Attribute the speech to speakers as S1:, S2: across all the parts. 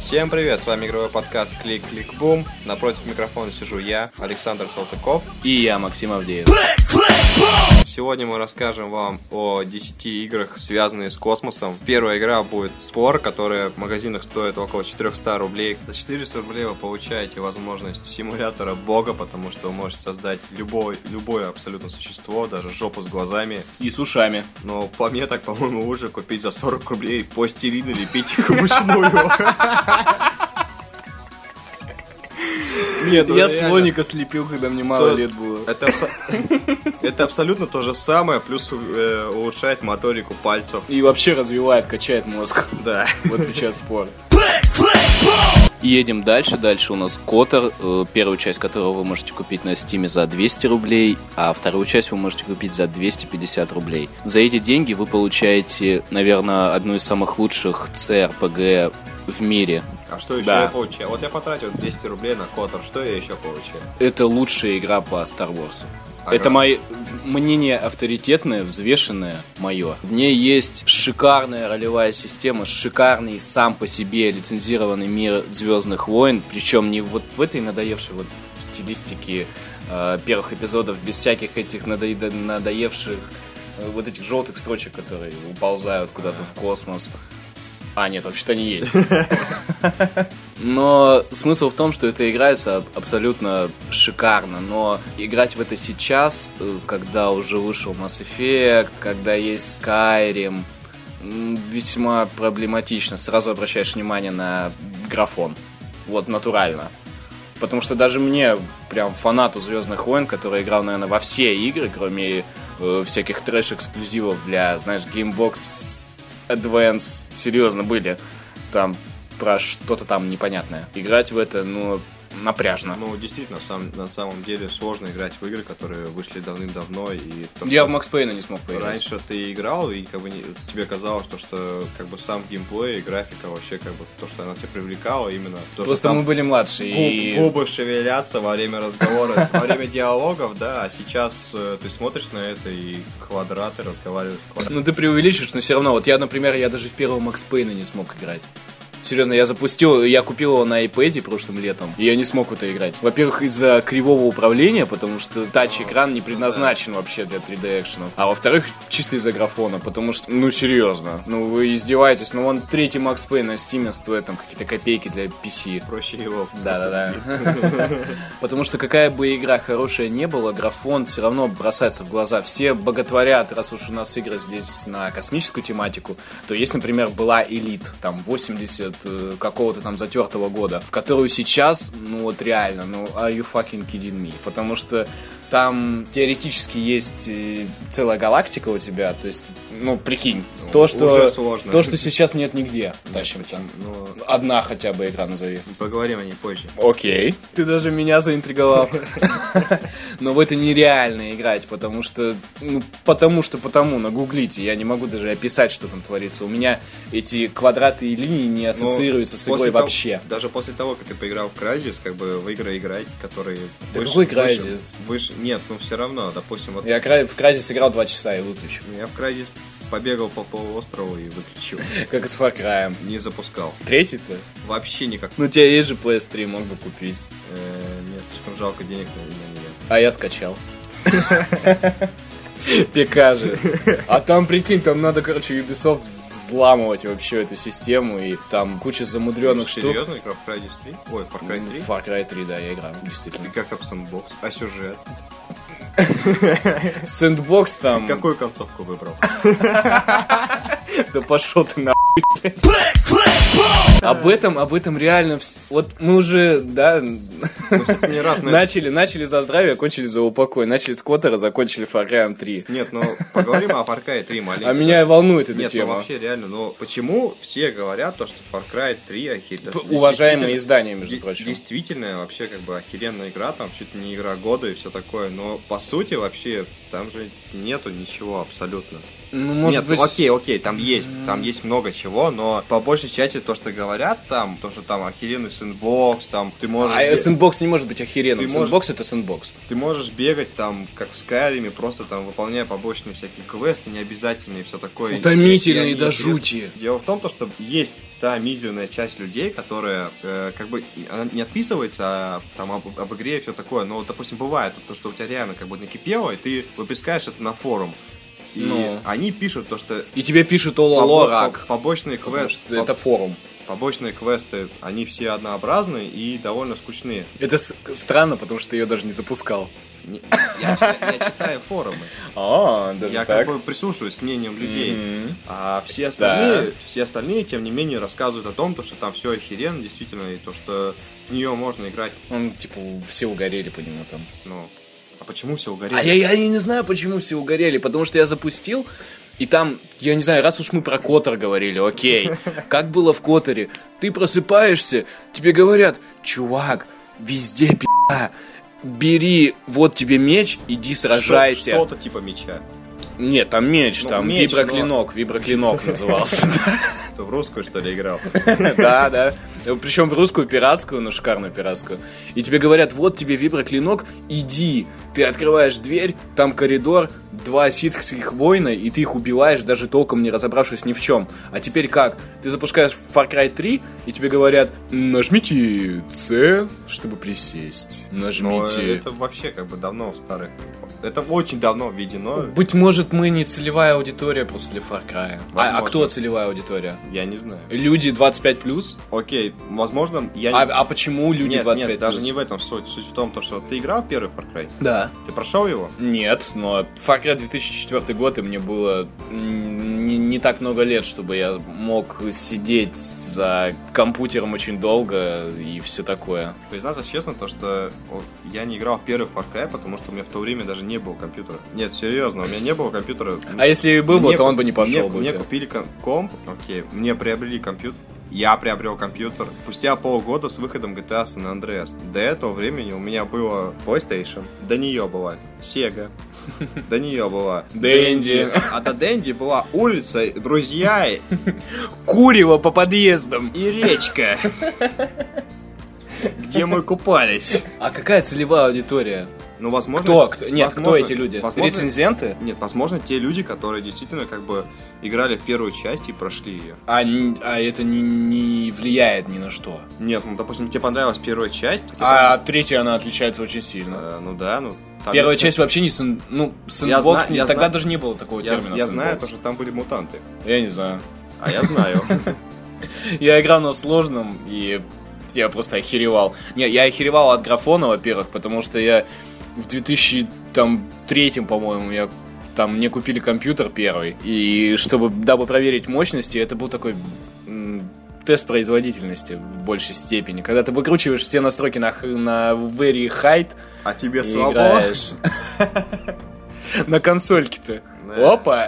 S1: Всем привет, с вами игровой подкаст «Клик-клик-бум». Напротив микрофона сижу я, Александр Салтыков.
S2: И я, Максим Авдеев.
S1: Сегодня мы расскажем вам о 10 играх, связанных с космосом. Первая игра будет Spore, которая в магазинах стоит около 400 рублей. За 400 рублей вы получаете возможность симулятора бога, потому что вы можете создать любое, любое абсолютно существо, даже жопу с глазами.
S2: И с ушами.
S1: Но по мне так, по-моему, лучше купить за 40 рублей пластилин и лепить их вручную. Нет, ну
S2: я
S1: реально.
S2: слоника слепил, когда мне мало
S1: То-
S2: лет было.
S1: Это, абсо- это абсолютно то же самое, плюс э, улучшает моторику пальцев.
S2: И вообще развивает, качает мозг.
S1: Да.
S2: В отличие от спорта. Едем дальше. Дальше у нас Котор, э, первую часть которого вы можете купить на Стиме за 200 рублей, а вторую часть вы можете купить за 250 рублей. За эти деньги вы получаете, наверное, одну из самых лучших CRPG в мире.
S1: А что еще
S2: Да.
S1: я получаю? Вот я потратил 200 рублей на Котор, что я еще получаю?
S2: Это лучшая игра по Star Wars.
S1: Ага.
S2: Это мое мнение авторитетное, взвешенное, мое. В ней есть шикарная ролевая система, шикарный сам по себе лицензированный мир Звездных войн, причем не вот в этой надоевшей вот стилистике э, первых эпизодов, без всяких этих надоеда- надоевших э, вот этих желтых строчек, которые уползают куда-то в космос. А, нет, вообще-то они есть. Но смысл в том, что это играется аб- абсолютно шикарно, но играть в это сейчас, э, когда уже вышел Mass Effect, когда есть Skyrim, м, весьма проблематично. Сразу обращаешь внимание на графон. Вот, натурально. Потому что даже мне, прям фанату Звездных войн, который играл, наверное, во все игры, кроме э, всяких трэш-эксклюзивов для, знаешь, Gamebox Advance, серьезно, были там про что-то там непонятное. Играть в это, ну, напряжно.
S1: Ну, действительно, сам- на самом деле сложно играть в игры, которые вышли давным-давно. И то,
S2: Я
S1: что
S2: в Макс Пейна не смог поиграть.
S1: Раньше ты играл, и как бы не- тебе казалось, то, что как бы сам геймплей и графика вообще как бы то, что она тебя привлекала, именно то, что
S2: Просто
S1: там
S2: мы были младше,
S1: губ-
S2: и...
S1: губы шевелятся во время разговора, во время диалогов, да, а сейчас э, ты смотришь на это и квадраты разговариваешь с квадратами.
S2: Ну ты преувеличиваешь, но все равно. Вот я, например, я даже в первого Макс Пейна не смог играть. Серьезно, я запустил, я купил его на iPad прошлым летом, и я не смог в это играть. Во-первых, из-за кривого управления, потому что тач-экран не предназначен вообще для 3D-экшенов. А во-вторых, чисто из-за графона, потому что, ну серьезно, ну вы издеваетесь, ну вон третий Макс Пейн на Steam стоит там какие-то копейки для PC.
S1: Проще его.
S2: Да-да-да. Потому что какая бы игра хорошая не была, графон все равно бросается в глаза. Все боготворят, раз уж у нас игры здесь на космическую тематику, то есть, например, была Элит, там, 80 э, какого-то там затертого года, в которую сейчас, ну вот реально, ну, are you fucking kidding me? Потому что там теоретически есть э, целая галактика у тебя, то есть, ну, прикинь,
S1: Ну,
S2: то, что,
S1: уже сложно.
S2: то, что сейчас нет нигде, тащим там.
S1: Ну,
S2: Одна хотя бы игра назови.
S1: поговорим о ней позже.
S2: Окей. Ты даже меня заинтриговал. Но в это нереально играть, потому что... Ну, потому что потому, нагуглите. Я не могу даже описать, что там творится. У меня эти квадраты и линии не
S1: Но
S2: ассоциируются с
S1: Ну, после
S2: игрой
S1: того-
S2: вообще.
S1: даже после того, как ты поиграл в Crysis, как бы в игры играть, которые...
S2: Да
S1: выше-
S2: какой
S1: выше-
S2: Crysis?
S1: Выше, нет, ну все равно, допустим, вот
S2: Я кра- в Кразис играл 2 часа и выключил.
S1: я в Crysis побегал по полуострову и выключил.
S2: Как и с Far Cry.
S1: Не запускал.
S2: Третий-то?
S1: Вообще никак.
S2: Ну, у тебя есть же PS3, мог бы купить.
S1: Э, Мне слишком жалко денег на на нее.
S2: А я скачал. Пика же. А там, прикинь, там надо, короче, Ubisoft взламывать вообще эту систему, и там куча замудренных штук.
S1: Ну Серьезно, игра в Crysis 3? Ой, Far Cry 3?
S2: Ну, Far Cry 3, да, я играл,
S1: И
S2: действительно.
S1: как там сэндбокс? А сюжет?
S2: Сэндбокс там...
S1: Какую концовку выбрал?
S2: Да пошел ты нахуй. блядь. Об этом, об этом реально... вс- Вот мы уже, да,
S1: Мы, кстати, не раз на это-
S2: начали, начали за здравие, кончили за упокой. Начали с Коттера, закончили Far Cry 3.
S1: Нет, ну поговорим о Far Cry 3 маленько.
S2: А меня волнует эта
S1: Нет, ну
S2: тема.
S1: вообще реально, но почему все говорят то, что Far Cry 3 охеренно...
S2: П- Уважаемые издания, между прочим.
S1: Действительно, вообще, как бы, охеренная игра, там чуть ли не игра года и все такое, но по сути, вообще, там же нету ничего абсолютно.
S2: Ну, может
S1: Нет,
S2: быть...
S1: ну, окей, окей, там есть, там есть много чего, но по большей части то, что говорят там, то, что там охеренный сэндбокс, там ты можешь...
S2: А
S1: бе-
S2: сэндбокс не может быть охеренным.
S1: Ты
S2: Сэндбокс
S1: можешь-
S2: это сэндбокс.
S1: Ты можешь бегать там, как в Скайриме, просто там выполняя побочные всякие квесты, необязательные, все такое.
S2: Утомительные
S1: И они
S2: до
S1: интересны.
S2: жути.
S1: Дело в том, то, что есть та мизерная часть людей, которая э, как бы и она не отписывается а, там об, об игре и все такое. Но, вот, допустим, бывает то, что у тебя реально как бы накипело, и ты выпускаешь это на форум. И
S2: Ну.
S1: они пишут то, что
S2: И тебе пишут
S1: побо-
S2: ололо
S1: по-
S2: рак.
S1: побочные
S2: Потому
S1: квесты,
S2: что это форум.
S1: побочные квесты, они все однообразные и довольно скучные.
S2: Это с- странно, потому что ты ее даже не запускал.
S1: Не- Я читаю- я читаю форумы.
S2: А,
S1: я как бы прислушиваюсь к мнениям людей.
S2: Мгм.
S1: А все остальные, все остальные, тем не менее, рассказывают о том, то, что там все охеренно, действительно, и то, что в нее можно играть.
S2: Он, типа, все угорели по нему там.
S1: Ну, а почему все угорело?
S2: А я, я и не знаю, почему все угорели, потому что я запустил, и там, я не знаю, раз уж мы про Котор говорили, окей, как было в Которе, ты просыпаешься, тебе говорят, чувак, везде пи***а, бери, вот тебе меч, иди
S1: Что-
S2: сражайся.
S1: Что-то типа меча.
S2: Нет, там меч,
S1: Ну,
S2: там
S1: меч,
S2: виброклинок, виброклинок назывался.
S1: Ты в русскую, что ли, играл?
S2: Да, да. Причем в русскую пиратскую, но шикарную пиратскую. И тебе говорят, вот тебе виброклинок, иди. Ты открываешь дверь, там коридор, два ситхских воина, и ты их убиваешь, даже толком не разобравшись ни в чем. А теперь как? Ты запускаешь Far Cry 3, и тебе говорят, нажмите C, чтобы присесть.
S1: Но
S2: Нажмите...
S1: это вообще как бы давно в старых. Это очень давно введено.
S2: Быть может, мы не целевая аудитория после Far Cry. А, а
S1: Возможно.
S2: кто целевая аудитория?
S1: Я не знаю.
S2: Люди 25 плюс?
S1: Окей, возможно, я не...
S2: А, а почему люди
S1: нет,
S2: 25
S1: нет, даже
S2: плюс?
S1: не в этом суть. Суть в том, то, что ты играл в первый Far Cry,
S2: Да.
S1: ты прошел его?
S2: Нет, но Far Cry 2004 год, и мне было м, не, не так много лет, чтобы я мог сидеть за компьютером очень долго и все такое.
S1: Признаться честно, то, что о, я не играл в первый Far Cry, потому что у меня в то время даже не было компьютера. Нет, серьезно, у меня не было компьютера.
S2: А если и был бы,
S1: Мне
S2: то он
S1: ку-
S2: бы не пошел
S1: мне,
S2: бы. у
S1: Мне
S2: тебя.
S1: купили ком- комп, окей, мне приобрели компьютер. Я приобрел компьютер спустя полгода с выходом GTA San Andreas. До этого времени у меня было PlayStation, до нее была Sega, до нее была
S2: Dendy.
S1: а до Дэнди была улица, друзья и
S2: Курево по подъездам.
S1: речка, где мы купались.
S2: А какая целевая аудитория?
S1: Ну, возможно...
S2: Кто? кто- Нет, кто
S1: возможно-
S2: эти люди?
S1: Возможно,
S2: Рецензенты?
S1: нет, возможно, те люди, которые действительно как бы играли в первую часть и прошли ее.
S2: А, н- а это не, не влияет ни на что.
S1: Нет, ну, допустим, тебе понравилась первая часть. тебе
S2: А от третьей она отличается очень сильно.
S1: понрав- э, ну да, ну... там-
S2: Первая
S1: я-
S2: часть вообще не сэн- ну,
S1: Я
S2: сэндбокс,
S1: зна- я
S2: тогда
S1: зна-
S2: даже не было такого
S1: Я,
S2: термина
S1: я знаю, то,
S2: сэндбокс.
S1: что там были мутанты.
S2: Я не знаю.
S1: А я знаю.
S2: Я играл на сложном, и я просто охеревал. Не, я охеревал от графона, во-первых, потому что я в 2003, по-моему, я там мне купили компьютер первый, и чтобы, дабы проверить мощности, это был такой м, тест производительности в большей степени. Когда ты выкручиваешь все настройки на, х- на very height
S1: А тебе
S2: и
S1: слабо?
S2: играешь. На консольке-то.
S1: Да.
S2: Опа!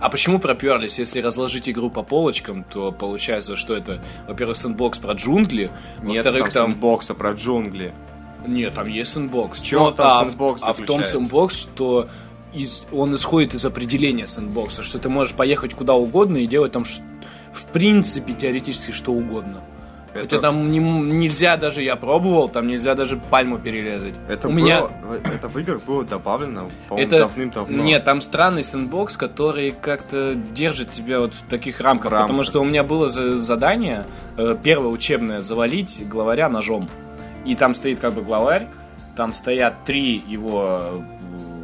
S2: А почему проперлись? Если разложить игру по полочкам, то получается, что это, во-первых, сэндбокс про джунгли,
S1: Нет,
S2: во-вторых, там...
S1: бокса про джунгли.
S2: Нет, там есть сэндбокс.
S1: чем
S2: Но-
S1: там
S2: а в-
S1: сэндбокс
S2: А в том
S1: заключается?
S2: сэндбокс, что из- он исходит из определения сэндбокса, что ты можешь поехать куда угодно и делать там, ш- в принципе, теоретически что угодно. Хотя
S1: Это,
S2: там не м- нельзя даже, я пробовал, там нельзя даже пальму перелезать.
S1: это
S2: У
S1: было-
S2: меня
S1: в- это в играх было добавлено, по-моему,
S2: Это-
S1: давным-давно.
S2: Нет, там странный сэндбокс, который как-то держит тебя вот в таких рамках.
S1: В рамках.
S2: Потому что у меня было за- задание, э, первое учебное, завалить главаря ножом. И там стоит как бы главарь, там стоят три его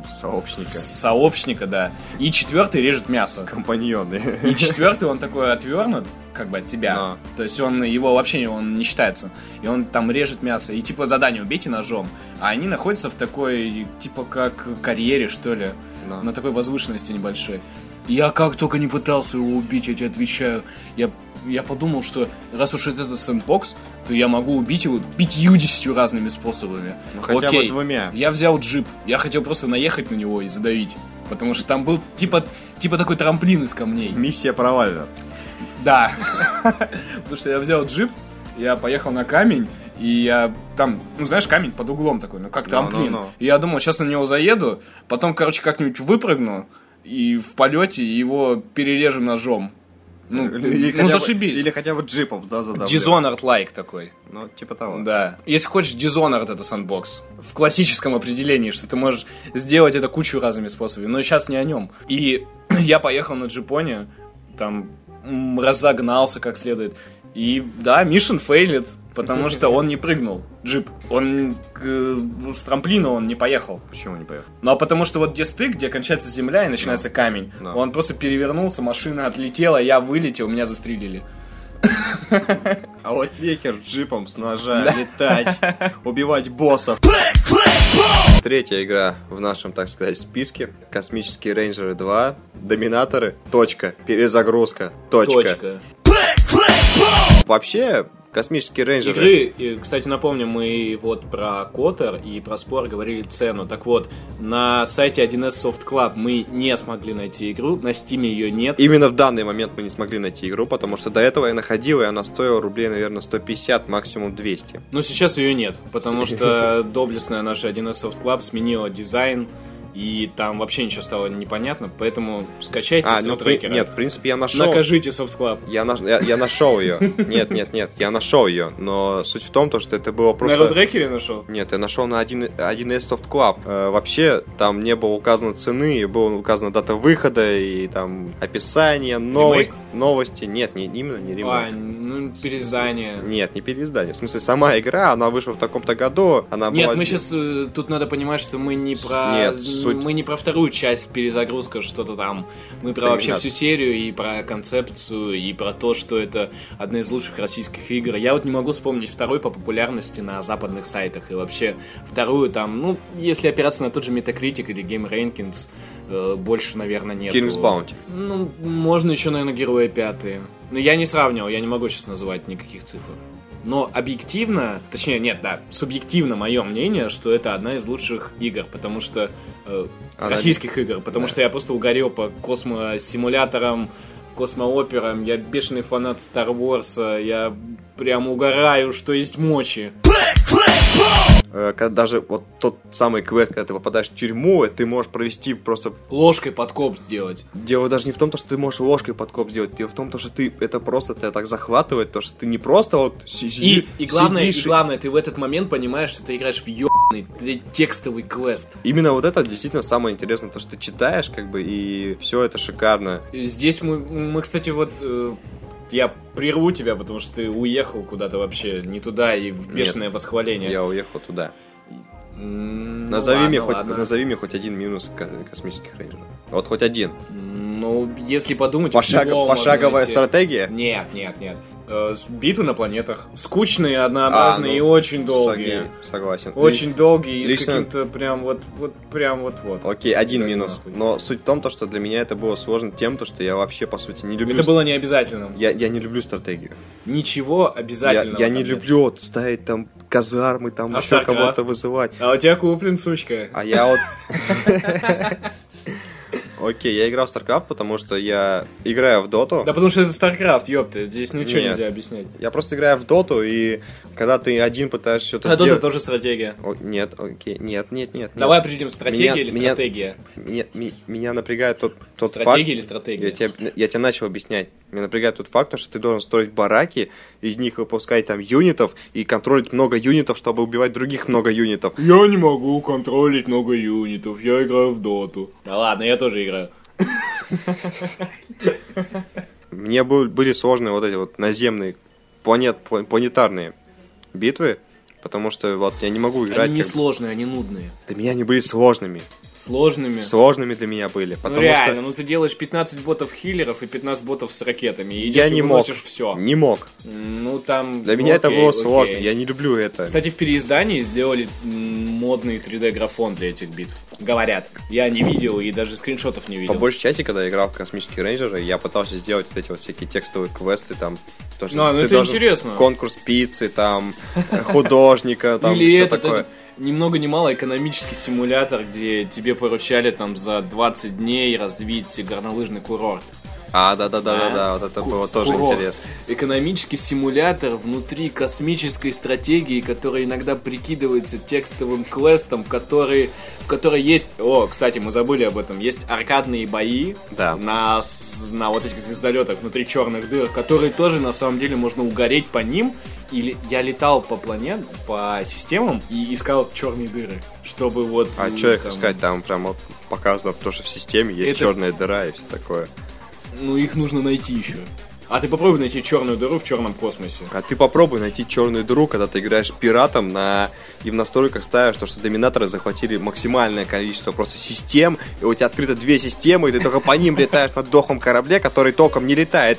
S2: э,
S1: Сообщника.
S2: сообщника, да, и четвертый режет мясо.
S1: Компаньоны.
S2: И четвертый, он такой отвернут, как бы от тебя.
S1: Да.
S2: То есть он его вообще он не считается. И он там режет мясо. И типа задание убейте ножом. А они находятся в такой, типа как карьере, что ли
S1: Да.
S2: на такой возвышенности небольшой. Я как только не пытался его убить, я тебе отвечаю. Я, я подумал, что раз уж это сэндбокс, то я могу убить его 50 разными способами.
S1: Ну, хотя бы
S2: Окей.
S1: двумя.
S2: Я взял джип. Я хотел просто наехать на него и задавить. Потому что там был типа, типа такой трамплин из камней.
S1: Миссия провалена.
S2: Да. Потому что я взял джип, я поехал на камень, и я там, ну знаешь, камень под углом такой, ну как
S1: Ну,
S2: трамплин.
S1: ну, ну.
S2: И я думал, сейчас на него заеду, потом, короче, как-нибудь выпрыгну, и в полете его перережу ножом.
S3: Ну,
S1: Или- или
S2: ну,
S1: хотя бы-
S2: зашибись.
S1: Или хотя бы джипом, да, задавлю.
S2: Dishonored-like такой.
S1: Ну, типа того.
S2: Да. Если хочешь Dishonored, это сандбокс. В классическом определении, что ты можешь сделать это кучу разными способами. Но сейчас не о нем. И я поехал на джипоне, там м, разогнался как следует. И да, Мишин фейлит, потому что он не прыгнул. Джип. Он э, с трамплина он не поехал.
S1: Почему не поехал?
S2: Ну а потому что вот где стык, где кончается земля и начинается камень,
S1: Да.
S2: он просто перевернулся, машина отлетела, я вылетел, меня застрелили.
S1: А вот некер джипом с ножа летать, убивать боссов. Третья игра в нашем, так сказать, списке. Космические рейнджеры 2. Доминаторы. Точка. Перезагрузка. Точка. Вообще, космические рейнджеры...
S2: Игры, и, кстати, напомню, мы вот про Котор и про Спор говорили цену. Так вот, на сайте 1С Soft Club мы не смогли найти игру, на Steam ее нет.
S1: Именно в данный момент мы не смогли найти игру, потому что до этого я находил, и она стоила рублей, наверное, 150, максимум 200.
S2: Но сейчас ее нет, потому что доблестная наша 1С Soft Club сменила дизайн, и там вообще ничего стало непонятно, поэтому скачайте
S1: а,
S2: с
S1: ну, при-
S2: трекера.
S1: нет, в принципе, я нашел...
S2: Накажите Soft Club.
S1: Я, наш- я, я нашел ее. Нет, нет, нет, я нашел ее. Но суть в том, то, что это было просто...
S2: На Родрекере нашел?
S1: Нет, я нашел на 1, 1S Soft Club. Э, вообще, там не было указано цены, и была указана дата выхода, и там описание, новость, новости. Нет, не, именно не ремейк.
S2: А, ну, переиздание.
S1: Нет, не переиздание. В смысле, сама игра, она вышла в таком-то году, она
S2: Нет,
S1: была...
S2: мы
S1: сде-
S2: сейчас тут надо понимать, что мы не
S1: С-
S2: про
S1: нет,
S2: м,
S1: суть-
S2: мы не про вторую часть перезагрузка что-то там, мы про
S1: Да не
S2: вообще
S1: надо.
S2: всю серию и про концепцию и про то, что это одна из лучших российских игр. Я вот не могу вспомнить второй по популярности на западных сайтах и вообще вторую там, ну если опираться на тот же Metacritic или Game Rankings, э, больше наверное нет.
S1: King's Bounty.
S2: Ну можно еще наверное герои пятые. Но я не сравнивал, я не могу сейчас называть никаких цифр. Но объективно, точнее, нет, да, субъективно мое мнение, что это одна из лучших игр, потому что э,
S1: Она-
S2: российских игр, потому
S1: Да.
S2: что я просто угорел по космосимуляторам, космооперам, я бешеный фанат Star Wars, э, я прям угораю, что есть мочи.
S1: Э, когда даже вот тот самый квест, когда ты попадаешь в тюрьму, и ты можешь провести просто...
S2: Ложкой подкоп сделать.
S1: Дело даже не в том, то, что ты можешь ложкой подкоп сделать, дело в том, то, что ты это просто тебя так захватывает, то, что ты не просто вот си-
S2: И,
S1: си-
S2: и главное, и
S1: сидишь
S2: главное, ты в этот момент понимаешь, что ты играешь в ебаный текстовый квест.
S1: Именно вот это действительно самое интересное, то, что ты читаешь, как бы, и все это шикарно.
S2: Здесь мы, мы кстати, вот... э, я прерву тебя, потому что ты уехал куда-то вообще не туда, и в бешеное восхваление.
S1: Я уехал туда.
S2: М, ну
S1: назови,
S2: ладно,
S1: мне хоть,
S2: ладно.
S1: назови мне хоть один минус ко- космических рейнджеров. Вот хоть один.
S2: Ну, если подумать...
S1: Пошаг-
S2: в любом можно
S1: пошаговая
S2: найти.
S1: стратегия?
S2: Нет, нет, нет. Э, с- битвы на планетах. Скучные,
S1: А,
S2: однообразные
S1: ну,
S2: и очень долгие.
S1: Согей, согласен.
S2: Очень долгие и с
S1: лично-
S2: каким-то прям вот, вот, прям вот-вот.
S1: Окей, один
S2: Да
S1: минус.
S2: нахуй.
S1: Но суть в том, то, что для меня это было сложно тем, то, что я вообще, по сути, не люблю...
S2: Это было необязательным.
S1: Я, я не люблю стратегию.
S2: Ничего
S1: Я, я
S2: обязательного.
S1: не
S2: там нет.
S1: люблю вот ставить там казармы, там
S2: А
S1: еще
S2: StarCraft?
S1: кого-то вызывать.
S2: А у тебя куплен, сучка.
S1: А я вот... Окей, я играл в StarCraft, потому что я играю в Доту.
S2: Да потому что это StarCraft, ёпта, здесь ничего
S1: Нет.
S2: нельзя объяснять.
S1: Я просто играю в Доту, и когда ты один пытаешься что-то
S2: А Дота
S1: сделать...
S2: тоже стратегия.
S1: О, нет, окей, нет, нет, нет. нет.
S2: Давай определим, стратегия
S1: Меня-
S2: или
S1: меня-
S2: стратегия.
S1: Меня, ми- меня напрягает тот, тот факт...
S2: Стратегия или
S1: Я
S2: стратегия.
S1: тебе, я тебе начал объяснять. Меня напрягает тот факт, то, что ты должен строить бараки, из них выпускать там юнитов и контролить много юнитов, чтобы убивать других много юнитов.
S2: Я не могу контролить много юнитов, я играю в доту. Да ладно, я тоже играю.
S1: Мне был- были сложные вот эти вот наземные, планет, пла- планетарные битвы, потому что вот я не могу играть.
S2: Они не
S1: как-
S2: сложные, они нудные.
S1: Для меня они были сложными.
S2: Сложными.
S1: Сложными для меня были.
S2: Ну
S1: Потому
S2: реально,
S1: что
S2: ну ты делаешь 15 ботов-хиллеров и 15 ботов с ракетами. И
S1: я
S2: идёшь и
S1: не мог.
S2: выносишь все.
S1: Не мог.
S2: Ну там...
S1: Для
S2: ну,
S1: меня это
S2: окей,
S1: было
S2: окей.
S1: сложно. Я не люблю это.
S2: Кстати, в переиздании сделали м, модный 3D-графон для этих битв. Говорят. Я не видел и даже скриншотов не видел.
S1: По большей части, когда я играл в космические рейнджеры, я пытался сделать вот эти вот всякие текстовые квесты, там, то, что
S2: Ну, ну
S1: ты
S2: это
S1: должен-
S2: интересно.
S1: конкурс пиццы, там, художника, там,
S2: Или
S1: все
S2: этот,
S1: такое.
S2: этот ни много ни мало экономический симулятор, где тебе поручали там за 20 дней развить горнолыжный курорт.
S1: А, да-да-да-да-да, вот это было тоже
S2: Курок.
S1: интересно.
S2: Экономический симулятор внутри космической стратегии, который иногда прикидывается текстовым квестом, который, в которой есть... О, кстати, мы забыли об этом. Есть аркадные бои
S1: Да.
S2: на, с- на вот этих звездолетах внутри черных дыр, которые тоже, на самом деле, можно угореть по ним. Или я летал по планет, по системам и искал черные дыры, чтобы вот...
S1: А
S2: м,
S1: что их
S2: там,
S1: искать? Там прям вот показано, то, что в системе есть
S2: Это-
S1: черная дыра и все такое.
S2: Ну, их нужно найти еще. А ты попробуй найти черную дыру в черном космосе.
S1: А ты попробуй найти черную дыру, когда ты играешь пиратом, на... и в настройках ставишь то, что доминаторы захватили максимальное количество просто систем, и у тебя открыто две системы, и ты только по ним летаешь на дохом корабле, который током не летает,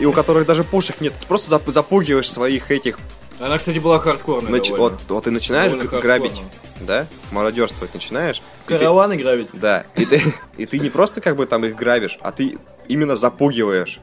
S1: и у которых даже пушек нет. Ты просто зап- запугиваешь своих этих...
S2: Она, кстати, была хардкорная
S1: нач-
S2: Ну, довольно.
S1: Вот, вот и начинаешь
S2: Довольно
S1: г- грабить,
S2: хардкорно.
S1: да? Мародерствовать начинаешь. и ты-
S2: Караваны грабить.
S1: Да, и ты, и ты не просто как бы там их грабишь, а ты именно запугиваешь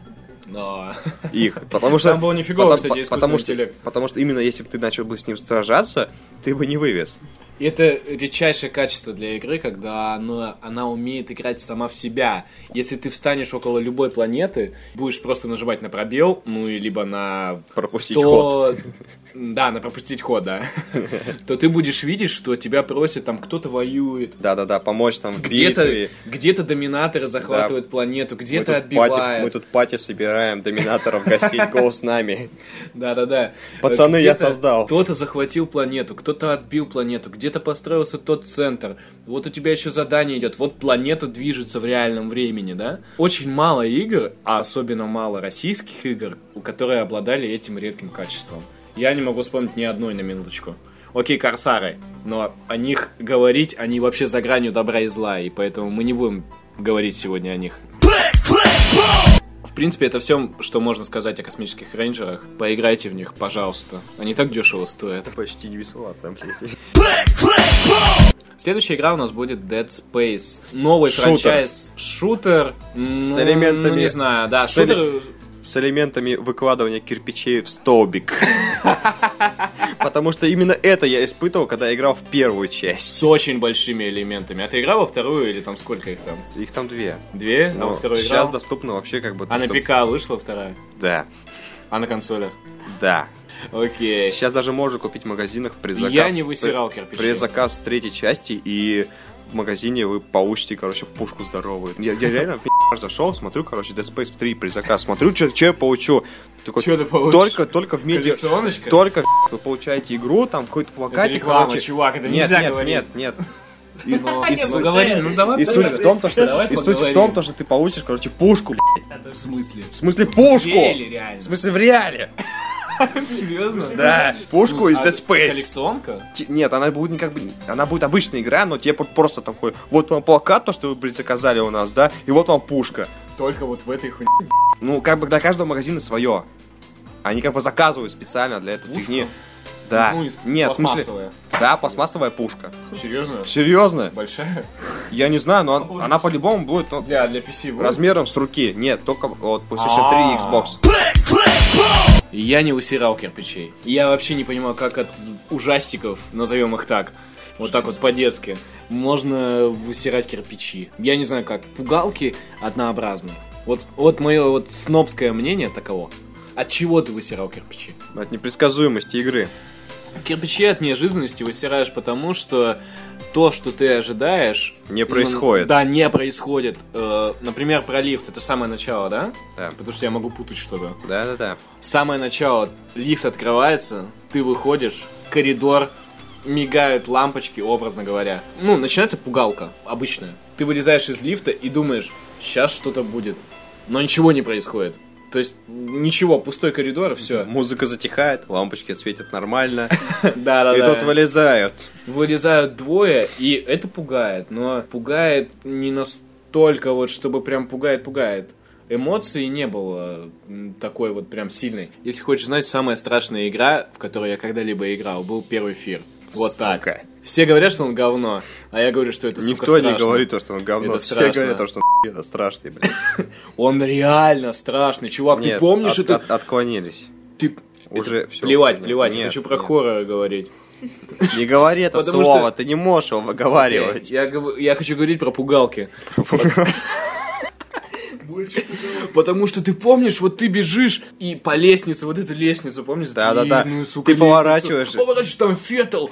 S2: Но...
S1: их. Потому что,
S2: Там было нифигово,
S1: потом-
S2: кстати,
S1: по-
S2: искусственный
S1: потому, что,
S2: интеллект.
S1: потому что именно если бы ты начал бы с ним сражаться, ты бы не вывез.
S2: И Это редчайшее качество для игры, когда она, она умеет играть сама в себя. Если ты встанешь около любой планеты, будешь просто нажимать на пробел, ну и либо на...
S1: Пропустить ход.
S2: то... Да, на пропустить ход, да. То ты будешь видеть, что тебя просят, там кто-то воюет,
S1: Да-да-да, помочь там в
S2: где-то
S1: битве.
S2: где-то доминаторы захватывают планету,
S1: Мы
S2: где-то
S1: тут, пати, мы
S2: отбивают.
S1: тут пати собираем, доминаторов гостей, гоу с нами.
S2: Да-да-да.
S1: Пацаны, я
S2: Где-то
S1: создал.
S2: Кто-то захватил планету, кто-то отбил планету, где-то построился тот центр. Вот у тебя еще задание идет, вот планета движется в реальном времени, да? Очень мало игр, а особенно мало российских игр, у- которые обладали этим редким качеством. Я не могу вспомнить ни одной на минуточку. Окей, корсары, но о них говорить, они вообще за гранью добра и зла, и поэтому мы не будем говорить сегодня о них. В принципе, это все, что можно сказать о космических рейнджерах. Поиграйте в них, пожалуйста. Они так дешево стоят.
S1: Почти не бесплатно, блядь.
S2: Следующая игра у нас будет Dead Space. Новый
S1: Шутер.
S2: франчайз. Шутер.
S1: С
S2: ну,
S1: элементами-
S2: Ну, не знаю, да.
S1: с
S2: шутер...
S1: С элементами выкладывания кирпичей в столбик. Потому что именно это я испытывал, когда играл в первую часть.
S2: С очень большими элементами. А ты играл во вторую или там сколько их там?
S1: Их там две.
S2: Две? а
S1: Но
S2: во вторую
S1: Ну, сейчас
S2: играл?
S1: доступно вообще как бы... то,
S2: А на
S1: что-
S2: ПК вышла вторая?
S1: Да,
S2: А на консолях?
S1: да.
S2: Окей.
S1: Сейчас даже можно купить в магазинах при
S2: Я
S1: заказ.
S2: не высирал кирпичи.
S1: При заказ третьей части и в магазине вы получите, короче, пушку здоровую. Я, я реально пи***аж зашел, смотрю, короче, Dead Space 3 при заказ. Смотрю, что я получу. Такой,
S2: Чё ты получишь?
S1: Только, только в медиа...
S2: Коллекционочка?
S1: Только пи***, вы получаете игру, там какой-то
S2: Это
S1: плакатик,
S2: реклама,
S1: короче.
S2: чувак, это
S1: нет,
S2: нельзя
S1: нет,
S2: говорить.
S1: нет, нет,
S2: Ну,
S1: И
S2: ну,
S1: суть-
S2: говори, ну давай
S1: И суть в том, то, что,
S2: Давай
S1: и суть в
S2: поговорим.
S1: том, то, что ты получишь, короче, пушку, блядь.
S2: В смысле?
S1: В смысле, пушку!
S2: Реально,
S1: В
S2: реально.
S1: смысле, в реале!
S2: Серьезно?
S1: Да, пушку из
S2: А
S1: Dead Space.
S2: Коллекционка?
S1: Ти- Нет, она будет не как бы... Она будет обычная игра, но тебе пр- просто такой... Вот вам плакат, то, что вы, блядь, заказали у нас, да? И вот вам пушка.
S2: Только вот в этой хуйне.
S1: Ну, как бы для каждого магазина свое. Они как бы заказывают специально для этой
S2: Пушку?
S1: фигни. Да.
S2: Ну, из
S1: Нет, в смысле...
S2: пластмассовая.
S1: Да, пластмассовая пушка.
S2: Серьезно?
S1: Серьезно?
S2: Большая?
S1: Я не знаю, но он-
S2: Ой.
S1: она по-любому будет ну,
S2: Для, для PC. вот.
S1: размером с руки. Нет, только вот
S2: А.
S1: PlayStation 3 и Xbox.
S2: Я не усирал кирпичей. Я вообще не понимаю, как от ужастиков, назовем их так, вот так вот по-детски, можно высирать кирпичи. Я не знаю как. Пугалки однообразны. Вот, вот мое вот снобское мнение таково. От чего ты высирал кирпичи?
S1: От непредсказуемости игры.
S2: Кирпичи от неожиданности высираешь потому, что то, что ты ожидаешь...
S1: Не
S2: ну,
S1: происходит.
S2: Да, не происходит. Э, Например, про лифт, это самое начало, да?
S1: Да.
S2: Потому что я могу путать что-то.
S1: Да-да-да.
S2: Самое начало, лифт открывается, ты выходишь, коридор, мигают лампочки, образно говоря. Ну, начинается пугалка, обычная. Ты вылезаешь из лифта и думаешь, сейчас что-то будет. Но ничего не происходит. То есть, ничего, пустой коридор, и все.
S1: Музыка затихает, лампочки светят нормально.
S2: Да,
S1: И тут вылезают.
S2: вылезают двое, и это пугает, но пугает не настолько вот, чтобы прям пугает-пугает. Эмоций не было м, такой вот прям сильной. Если хочешь знать, самая страшная игра, в которую я когда-либо играл, был первый эфир. Вот так.
S1: Сука.
S2: Все говорят, что он говно, а я говорю, что это сука,
S1: Никто не
S2: страшно.
S1: говорит то, что он говно.
S2: Это
S1: Все
S2: страшно.
S1: говорят то, что он это страшный, блядь.
S2: Он реально страшный, чувак.
S1: Нет,
S2: А ты помнишь
S1: от-
S2: это?
S1: от- отклонились.
S2: Ты
S1: Уже
S2: это-
S1: всё,
S2: Плевать,
S1: нет,
S2: плевать.
S1: нет,
S2: я хочу про
S1: нет.
S2: хорроры говорить.
S1: Не говори это
S2: Потому
S1: слово,
S2: что-
S1: ты не можешь его выговаривать.
S2: Я, я гов- я хочу говорить про пугалки. Потому что ты помнишь, вот ты бежишь и по лестнице, вот эту лестницу, помнишь?
S1: Да-да-да.
S2: длинную,
S1: Ты
S2: сука, лестницу. А
S1: поворачиваешь.
S2: Поворачиваешь, там фетл.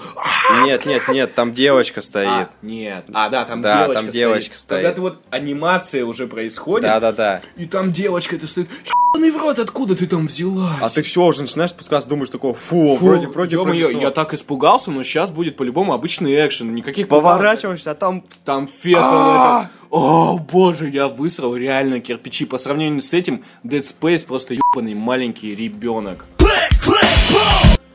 S1: Нет, нет, нет, там
S2: А,
S1: девочка стоит.
S2: нет. А, да, там
S1: Да,
S2: девочка
S1: там девочка стоит.
S2: Когда ты вот анимация уже происходит,
S1: Да-да-да.
S2: и там девочка это стоит. Ебаный в рот, откуда ты там взялась?
S1: А ты все уже начинаешь спускаться, думаешь такого, фу,
S2: Фу,
S1: вроде, вроде
S2: ё-моё,
S1: пронесло».
S2: я так испугался, но сейчас будет по-любому обычный экшен, никаких поворачиваний.
S1: Поворачиваешься, а там
S2: Там фетл этот. О, боже, я высрал реально кирпичи. По сравнению с этим, Dead Space просто ебаный маленький ребенок.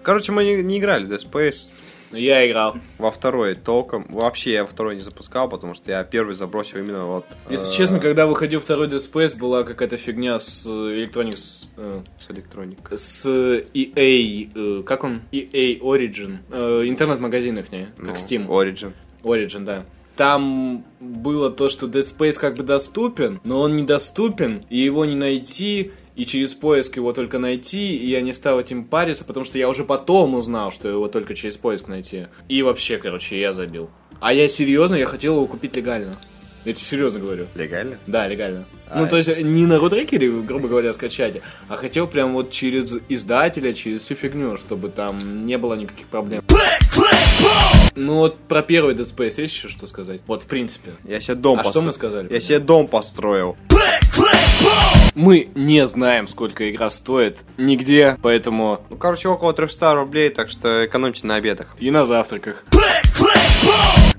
S1: Короче, мы не, не играли в Dead Space.
S2: Но Ну, я играл.
S1: Во второй толком. Вообще я второй не запускал, потому что я первый забросил именно вот...
S2: Если
S1: э,
S2: честно, когда выходил второй Dead Space, была какая-то фигня с э, Electronic... с, э,
S1: С электроникой.
S2: С EA... э, Как он? EA Origin. Э, Интернет-магазин их, не?
S1: Ну,
S2: Как Steam.
S1: Origin.
S2: Origin, да. Там было то, что Dead Space как бы доступен, но он недоступен, и его не найти, и через поиск его только найти, и я не стал этим париться, потому что я уже потом узнал, что его только через поиск найти. И вообще, короче, я забил. А я серьезно, я хотел его купить легально. Я тебе серьезно говорю.
S1: Легально?
S2: Да, легально.
S1: А,
S2: ну, то есть не на Рудрекере, грубо говоря, скачать, а хотел прям вот через издателя, через всю фигню, чтобы там не было никаких проблем. Ну вот про первый Dead Space есть еще что сказать? Вот, в принципе.
S1: Я себе дом
S2: А что
S1: постро-
S2: мы сказали?
S1: Я себе дом построил.
S2: Мы не знаем, сколько игра стоит нигде, поэтому
S1: Ну, короче, около 300 рублей, так что экономьте на обедах.
S2: и на завтраках.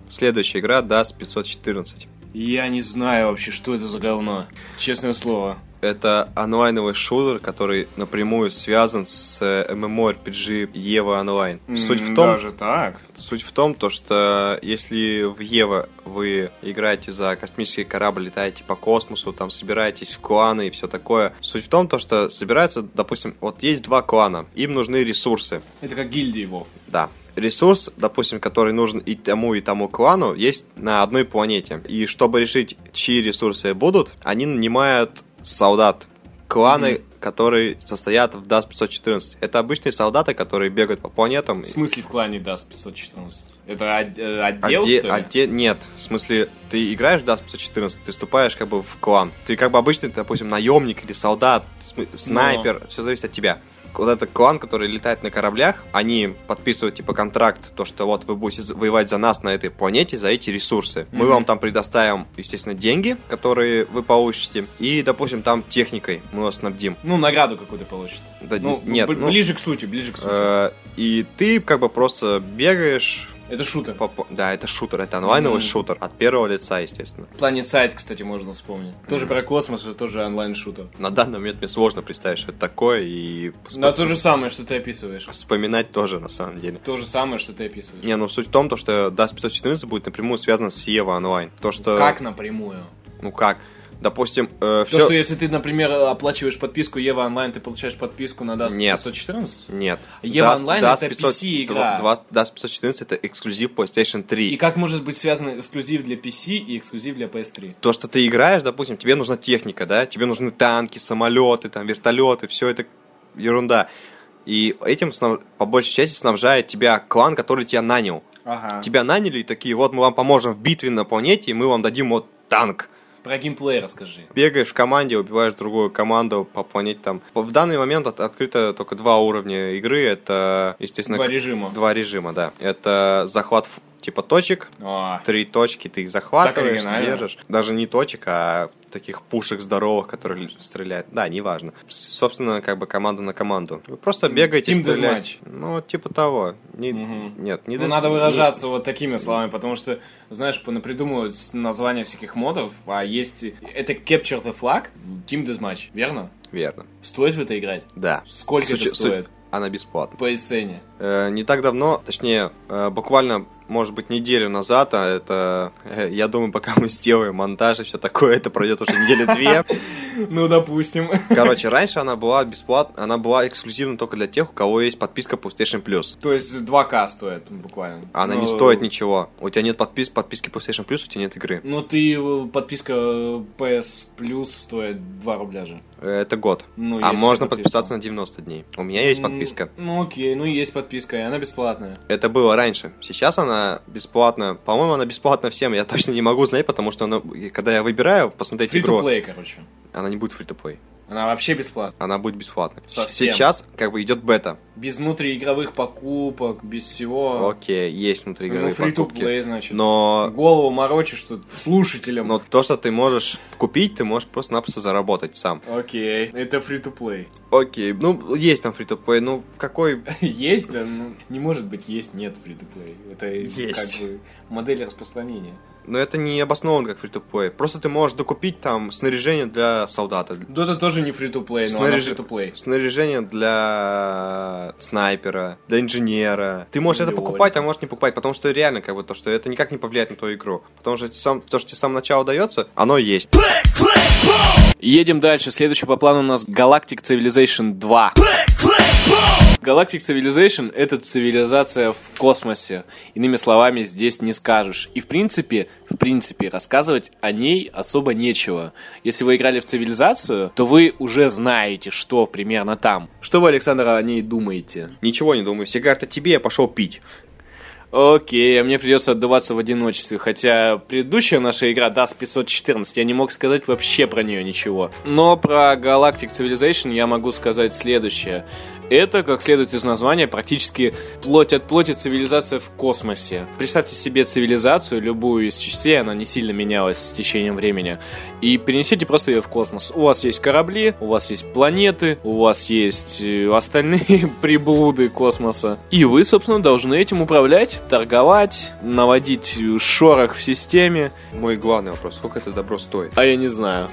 S1: Следующая игра DAS 514.
S2: Я не знаю вообще, что это за говно. Честное слово.
S1: Это онлайновый шутер, который напрямую связан с э, MMORPG Ева онлайн. Суть в том,
S2: так.
S1: Суть в том, то, что э, если в Ева вы играете за космический корабль, летаете по космосу, там собираетесь в кланы и все такое. Суть в том, то, что собираются, допустим, вот есть два клана, им нужны ресурсы.
S2: Это как гильдии, Вов.
S1: Да. Ресурс, допустим, который нужен и тому, и тому клану, есть на одной планете. И чтобы решить, чьи ресурсы будут, они нанимают солдат. Кланы, которые состоят в DAS 514. Это обычные солдаты, которые бегают по планетам.
S2: В
S1: и-
S2: смысле в клане даст 514? Это од- э, отдел,
S1: Отде-
S2: что ли?
S1: отде- а Нет, в смысле, ты играешь в DAS 514, ты вступаешь как бы в клан. Ты как бы обычный, допустим, наемник или солдат, см-
S2: Ну.
S1: снайпер, все зависит от тебя. Вот этот клан, который летает на кораблях, они подписывают типа контракт, то что вот вы будете за- воевать за нас на этой планете, за эти ресурсы. Мы
S2: Мгм.
S1: вам там предоставим, естественно, деньги, которые вы получите, и, допустим, там техникой мы вас снабдим.
S2: Ну, награду какую-то получит.
S1: Да,
S2: Ну,
S1: н- нет,
S2: б-
S1: ну,
S2: ближе к сути, ближе к сути.
S1: э, и ты как бы просто бегаешь,
S2: это шутер.
S1: по- по- Да, это шутер, это онлайновый
S2: Мгм.
S1: шутер от первого лица, естественно.
S2: Планет Сайт, кстати, можно вспомнить. Тоже про космос, это тоже онлайн-шутер.
S1: На данный момент мне сложно представить, что это такое, и вспо-
S2: Но то же самое, что ты описываешь.
S1: вспоминать тоже, на самом деле.
S2: То же самое, что ты описываешь.
S1: Не, ну суть в том, то, что DAS 514 будет напрямую связано с EVO онлайн. То, что...
S2: Как напрямую?
S1: Ну как? Допустим, э, все...
S2: То, что если ты, например, оплачиваешь подписку Ева онлайн, ты получаешь подписку на DAS
S1: Нет.
S2: 514?
S1: Нет.
S2: EVO
S1: DAS-
S2: онлайн
S1: DAS
S2: это
S1: 500
S2: PC-игра.
S1: два- DAS 514 это эксклюзив PlayStation 3.
S2: И как может быть связан эксклюзив для PC и эксклюзив для PS3?
S1: То, что ты играешь, допустим, тебе нужна техника, да? Тебе нужны танки, самолеты, там, вертолеты, все это ерунда. И этим снаб- по большей части снабжает тебя клан, который тебя нанял.
S2: Ага.
S1: Тебя наняли и такие, вот мы вам поможем в битве на планете, и мы вам дадим вот танк.
S2: Про геймплей расскажи.
S1: Бегаешь в команде, убиваешь другую команду по планете там. В данный момент от- открыто только два уровня игры. Это, естественно,
S2: Два
S1: к-
S2: режима.
S1: два режима, да. Это захват ф- типа точек,
S2: А,
S1: три точки ты их захватываешь,
S2: оригинально.
S1: держишь. Даже не точек, а таких пушек здоровых, которые л- стреляют. Да, неважно. С- Собственно, как бы команда на команду. Вы просто бегаете,
S2: Team
S1: стреляете. Ну, типа того. Не- Нет, не
S2: Ну,
S1: дес-
S2: надо
S1: не-
S2: выражаться вот такими словами, потому что, знаешь, понапридумывают с- названия всяких модов, а есть... Это Capture the Flag, Team Deathmatch, верно?
S1: Верно.
S2: Стоит в это играть?
S1: Да.
S2: Сколько
S1: Сучи-
S2: это стоит?
S1: су- Она бесплатна.
S2: По эссене.
S1: Э, не так давно, точнее, э, буквально, может быть, неделю назад, а это, э, я думаю, пока мы сделаем монтаж и все такое, это пройдет уже недели две.
S2: Ну, допустим.
S1: Короче, раньше она была бесплатна, она была эксклюзивна только для тех, у кого есть подписка PlayStation Plus.
S2: То есть 2К стоит буквально.
S1: Она не
S2: Ну,
S1: стоит ничего. У тебя нет подпис- подписки PlayStation Plus, у тебя нет игры.
S2: Ну, ты э, подписка PS Plus стоит 2 рубля же.
S1: Э, Это год.
S2: Ну,
S1: а
S2: если
S1: можно
S2: подписка.
S1: подписаться на 90 дней. У меня есть подписка.
S2: М, Ну, окей, ну есть подписка, и она бесплатная.
S1: Это было раньше. Сейчас она бесплатна. По-моему, она бесплатна всем. Я точно не могу знать, потому что она, когда я выбираю посмотреть игру,
S2: Free-to-play, короче.
S1: Она не будет фри-то-плей.
S4: Она вообще бесплатна.
S1: Она будет бесплатной. Щ-
S4: Совсем.
S1: Сейчас как бы идет бета.
S4: Без внутриигровых покупок, без всего.
S1: Окей, есть
S4: Ну,
S1: внутриигровые
S4: фри to
S1: покупки.
S4: play, значит.
S1: Но,
S4: Голову морочишь тут слушателям.
S1: но то, что ты можешь купить, ты можешь просто-напросто заработать сам.
S4: Окей, это фри to play.
S1: Окей, ну, есть там фри то плей ну, в какой...
S4: Есть, да? Ну, не может быть, есть, нет фри to play. Это
S1: Есть.
S4: как бы модель распространения.
S1: Но это не обоснован как фри то плей Просто ты можешь докупить там снаряжение для солдата,
S4: Дота тоже не фри to play, но она
S1: Снаряж-
S4: фри to play.
S1: снаряжение для снайпера, для инженера. Ты можешь это
S4: Миллионник.
S1: покупать, а можешь не покупать, потому что реально как бы то, что это никак не повлияет на твою игру. Потому что сам, то, что тебе с самого начала дается, оно есть.
S2: Едем дальше. Следующий по плану у нас Galactic Civilization 2. Galactic Civilization — это цивилизация в космосе. Иными словами, здесь не скажешь. И в принципе, в принципе, рассказывать о ней особо нечего. Если вы играли в цивилизацию, то вы уже знаете, что примерно там. Что вы, Александр, о ней думаете?
S1: Ничего не думаю, сигарта тебе, я пошел пить.
S2: Окей, а мне придется отдуваться в одиночестве, хотя предыдущая наша игра DAS 514, я не мог сказать вообще про нее ничего. Но про Galactic Civilization я могу сказать следующее. Это, как следует из названия, практически плоть от плоти цивилизация в космосе. Представьте себе цивилизацию, любую из частей, она не сильно менялась с течением времени, и перенесите просто ее в космос. У вас есть корабли, у вас есть планеты, у вас есть э, остальные приблуды космоса. И вы, собственно, должны этим управлять, торговать, наводить э, шорох в системе,
S1: Мой главный вопрос, сколько это добро стоит?
S2: а я не знаю.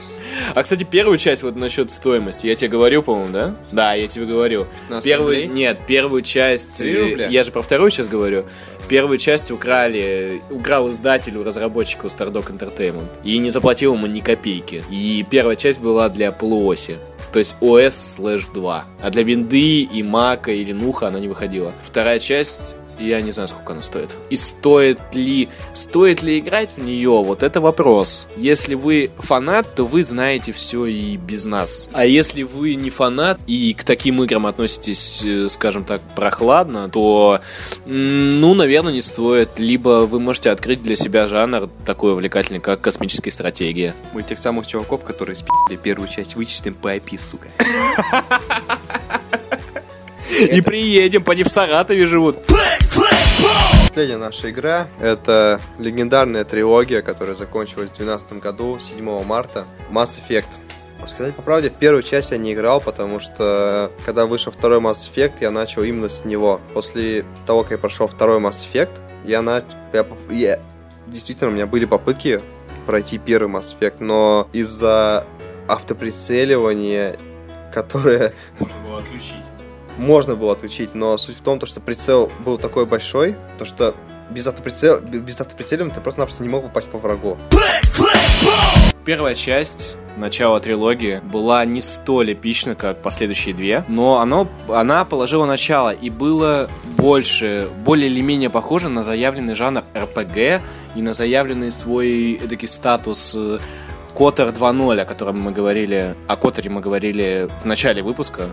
S2: А, кстати, первую часть вот насчет стоимости, я тебе говорю, по-моему, да? Да, я тебе говорю.
S1: 15
S2: Первую,
S1: рублей?
S2: нет, первую часть,
S1: Три
S2: э,
S1: рубля?
S2: я же про вторую сейчас говорю, первую часть украли, э, украл издателю, разработчику Stardock Entertainment, и не заплатил ему ни копейки. И первая часть была для полуоси. То есть OS слэш 2. А для винды и мака или нуха она не выходила. Вторая часть, я не знаю, сколько она стоит. И стоит ли, стоит ли играть в нее, вот это вопрос. Если вы фанат, то вы знаете все и без нас. А если вы не фанат и к таким играм относитесь, э, скажем так, прохладно, то, м, ну, наверное, не стоит. Либо вы можете открыть для себя жанр такой увлекательный, как космические стратегии.
S1: Мы тех самых чуваков, которые спи***ли первую часть, вычистим по IP, сука.
S2: И приедем, по в Саратове живут.
S1: Последняя наша игра — это легендарная трилогия, которая закончилась в 2012 году, 7 марта, Mass Effect. А Сказать по правде, в первую часть я не играл, потому что когда вышел второй Mass Effect, я начал именно с него. После того, как я прошел второй Mass Effect, я начал... Действительно, у меня были попытки пройти первый Mass Effect, но из-за автоприцеливания, которое
S4: Можно было отключить.
S1: можно было отключить, но суть в том, то, что прицел был такой большой, то что без, автоприцел, без автоприцеливания ты просто-напросто не мог попасть по врагу.
S2: Первая часть начала трилогии была не столь эпична, как последующие две, но оно, она положила начало и было больше, более или менее похоже на заявленный жанр РПГ и на заявленный свой эдакий статус э, Котор 2.0, о котором мы говорили, о Которе мы говорили в начале выпуска.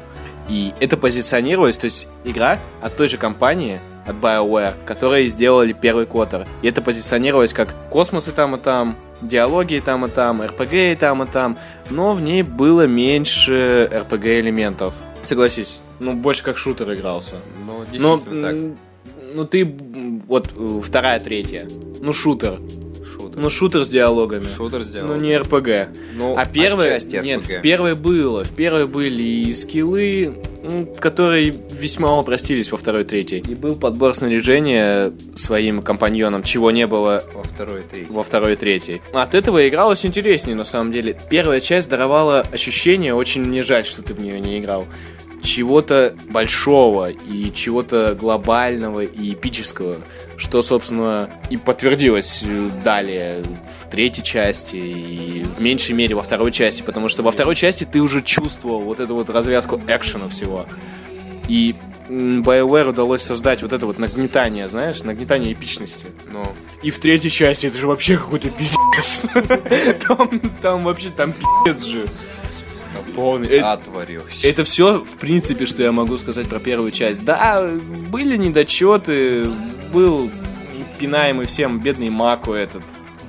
S2: И это позиционировалось, то есть игра от той же компании, от BioWare, которые сделали первый Котор. И это позиционировалось как космос и там, и там, диалоги и там, и там, РПГ и там, и там. Но в ней было меньше РПГ элементов.
S1: Согласись.
S2: Ну, больше как шутер игрался.
S1: Ну,
S2: Но,
S1: действительно
S2: м, ну ты, м, вот, э, вторая, третья. Ну, шутер.
S1: так. Шутер.
S2: Ну, шутер с диалогами.
S1: Шутер сделал.
S2: Ну, не РПГ.
S1: Ну,
S2: А первое,
S1: отчасти
S2: нет,
S1: RPG.
S2: в первое было, в первое были и скиллы, м, которые весьма упростились во второй, третьей. И был подбор снаряжения своим компаньоном, чего не было
S1: Во второй, третий.
S2: во второй и третьей. От этого игралось интереснее, на самом деле. Первая часть даровала ощущение, очень мне жаль, что ты в нее не играл, чего-то большого и чего-то глобального и эпического, что, собственно, и подтвердилось э, далее в третьей части и в меньшей мере во второй части, потому что во второй части ты уже чувствовал вот эту вот развязку экшена всего. И м, BioWare удалось создать вот это вот нагнетание, знаешь, нагнетание эпичности.
S1: Ну,
S2: И в третьей части это же вообще какой-то пиздец. Там, там вообще там пиздец же.
S1: полный
S2: Это-
S1: отворился.
S2: Это все, в принципе, что я могу сказать про первую часть. Да, были недочеты, был пинаемый всем бедный Маку этот.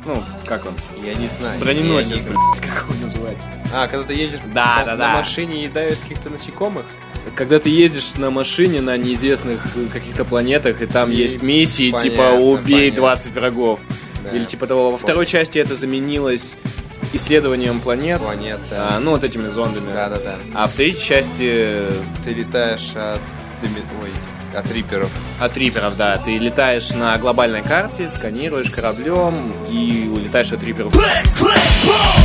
S4: ну, как он?
S1: Я не знаю.
S4: Броненосец,
S1: Я не-
S4: блядь, как его называть.
S1: А, когда ты ездишь
S2: Да,
S1: на-
S2: да,
S1: на
S2: да.
S1: машине и едаешь каких-то насекомых?
S2: Когда ты ездишь на машине на неизвестных э, каких-то планетах, и там
S1: И-
S2: есть миссии,
S1: понятно,
S2: типа убей
S1: понятно.
S2: 20 врагов.
S1: Да.
S2: Или типа того. Во второй части это заменилось исследованием планет.
S1: Планет,
S2: а,
S1: да.
S2: ну, вот этими зондами.
S1: Да, да, да.
S2: А в третьей части
S1: Ты летаешь от... дыми- Ой, от риперов.
S2: от риперов, а, да. Ты летаешь на глобальной карте, сканируешь кораблем и улетаешь от риперов.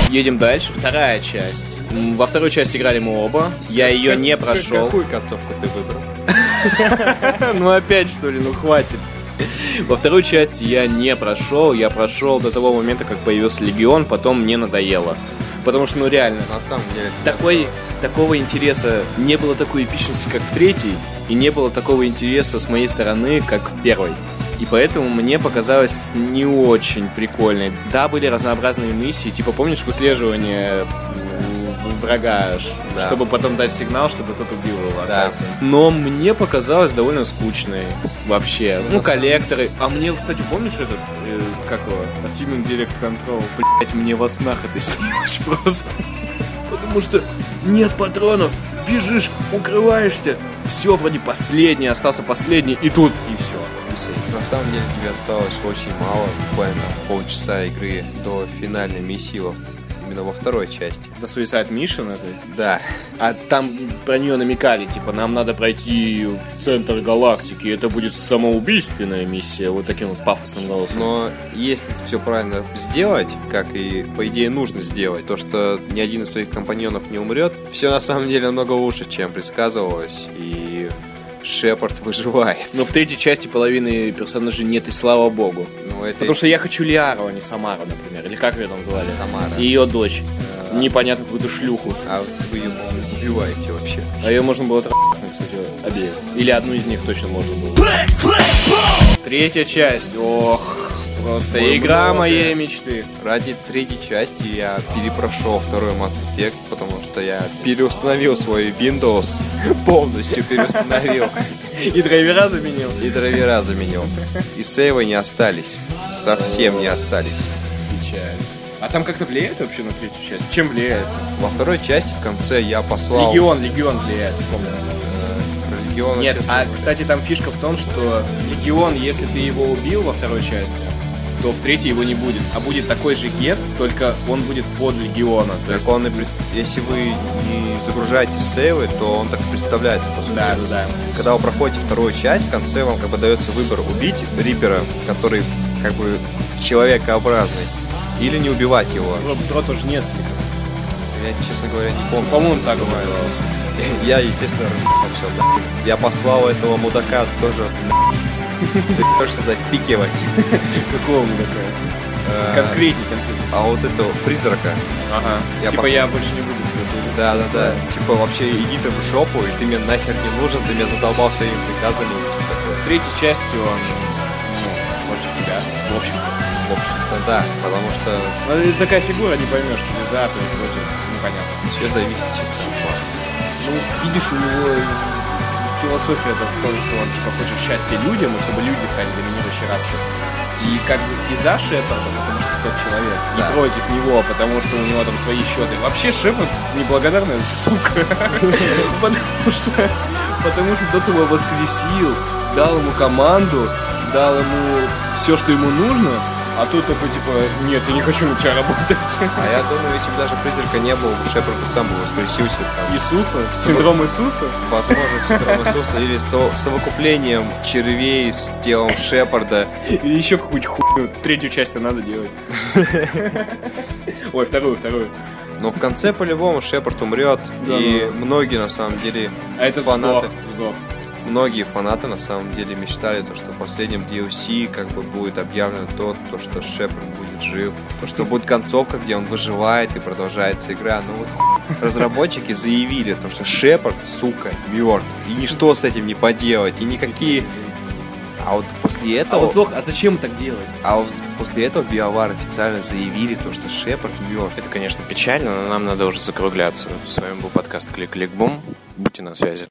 S2: Едем дальше. Вторая часть. М, Во второй части играли мы оба. Я ее не
S1: Как-
S2: прошел.
S1: Какую концовку ты выбрал?
S2: Ну опять что ли, ну хватит. Во второй части я не прошел. Я прошел до того момента, как появился Легион, потом мне надоело. Потому что, ну реально,
S1: На самом деле... это
S2: такой, такого интереса не было такой эпичности, как в третьей, и не было такого интереса с моей стороны, как в первой. И поэтому мне показалось не очень прикольной. Да, были разнообразные миссии, типа помнишь выслеживание м, врага, ш-
S1: Да.
S2: чтобы потом дать сигнал, чтобы тот убил его.
S1: Да.
S2: ассасин. Но мне показалось довольно скучной вообще. Ну, коллекторы. А мне, кстати, помнишь этот, э, как его, Assuming Direct Control? Блять, мне во снах это снилось просто. Потому что нет патронов, бежишь, укрываешься. Все, вроде последний, остался последний, и тут, и все. И сейф.
S1: На самом деле тебе осталось очень мало, буквально полчаса игры до финальной миссии, во- именно во второй части.
S2: Это Suicide Mission это?
S1: Да,
S2: А там про нее намекали, типа, нам надо пройти в центр галактики, это будет самоубийственная миссия, вот таким вот пафосным голосом.
S1: но если все правильно сделать, как и по идее нужно сделать, то что ни один из твоих компаньонов не умрет, все на самом деле намного лучше, чем предсказывалось, и Шепард выживает.
S2: Но в третьей части половины персонажей нет, и слава богу.
S1: Ну, это
S2: Потому что я хочу Лиару, а не Самару, например. Или как ее там звали?
S1: Самара.
S2: И ее дочь. Непонятно какую-то шлюху.
S1: А вы ее убиваете вообще.
S2: А ее можно было трахнуть, кстати, обеих. Или одну из них точно можно было. Третья часть. Ох, просто
S1: Ой,
S2: игра
S1: много.
S2: моей мечты.
S1: Ради третьей части я перепрошел второй Mass Effect, потому что я переустановил свой Windows, полностью переустановил,
S2: И драйвера заменил.
S1: и драйвера заменил. И сейвы не остались, совсем не остались.
S2: Печаль. А там как-то влияет вообще на третью часть? Чем влияет?
S1: Во второй части в конце я послал...
S2: Легион, Легион влияет, вспомнил.
S1: Легион,
S2: Нет,
S1: честно
S2: а,
S1: говоря.
S2: кстати, там фишка в том, что Легион, если ты его убил во второй части, то в третьей его не будет. А будет такой же гет, только он будет под Легиона. То
S1: Так
S2: есть,
S1: он и пред- Если вы не загружаете сейвы, то он так и представляется, по сути.
S2: да, да, да.
S1: Когда вы проходите вторую часть, в конце вам как бы дается выбор убить Рипера, который как бы человекообразный, или не убивать его.
S2: Роботрот уже несколько.
S1: Я, честно говоря, не помню.
S2: По-моему, так
S1: называется.
S2: было.
S1: Я, естественно, рассказал все. Я послал этого мудака тоже. Ты можешь запикивать. Э,
S2: Какого мы такое? Конкретней, конкретней.
S1: А вот этого призрака.
S2: Ага.
S1: Я
S2: типа
S1: пос-
S2: я больше не буду тебя слушать.
S1: Да, да, да. Типа вообще иди ты в жопу, и ты мне нахер не нужен, ты меня задолбал своими приказами. и всё такое.
S2: В третьей части он ну, больше тебя. В общем.
S1: В общем-то, да. Потому что
S2: Ну, это такая фигура, не поймешь, или за, то есть против. Непонятно.
S1: все зависит чисто от вас.
S2: Ну, видишь, у него э, философия это в том, что он типа хочет счастья людям, и чтобы люди стали доминирующей расой. И как бы и за Шепарда, потому что тот человек,
S1: Да.
S2: и против него, потому что у него там свои счеты. Вообще Шепард неблагодарная сука. Потому что, потому что тот его воскресил, дал ему команду, дал ему все, что ему нужно, а тут такой типа, нет, я не хочу на тебя работать.
S1: А я думаю, если бы даже призрака не было, бы Шепард бы сам бы воскресился там.
S2: Иисуса, синдром Иисуса.
S1: Возможно, с Петром Иисуса или со- совокуплением червей с телом Шепарда.
S2: И еще какую-нибудь хуйню. Третью часть-то надо делать. Ой, вторую, вторую.
S1: Но в конце по-любому Шепард умрет.
S2: Да,
S1: и
S2: ну.
S1: многие на самом деле,
S2: А этот
S1: Фанаты.
S2: вздох. вздох.
S1: многие фанаты на самом деле мечтали, то, что в последнем DLC как бы будет объявлено то, то что Шепард будет жив, то, что будет концовка, где он выживает и продолжается игра. Ну вот хуй. разработчики заявили, то, что Шепард, сука, мертв. И ничто с этим не поделать. И никакие... А вот после
S2: А
S1: этого...
S2: вот вздох, а зачем так делать?
S1: А вот после этого в BioWare официально заявили то, что Шепард мертв.
S5: Это, конечно, печально, но нам надо уже закругляться. С вами был подкаст Клик-Клик-Бум. Будьте на связи.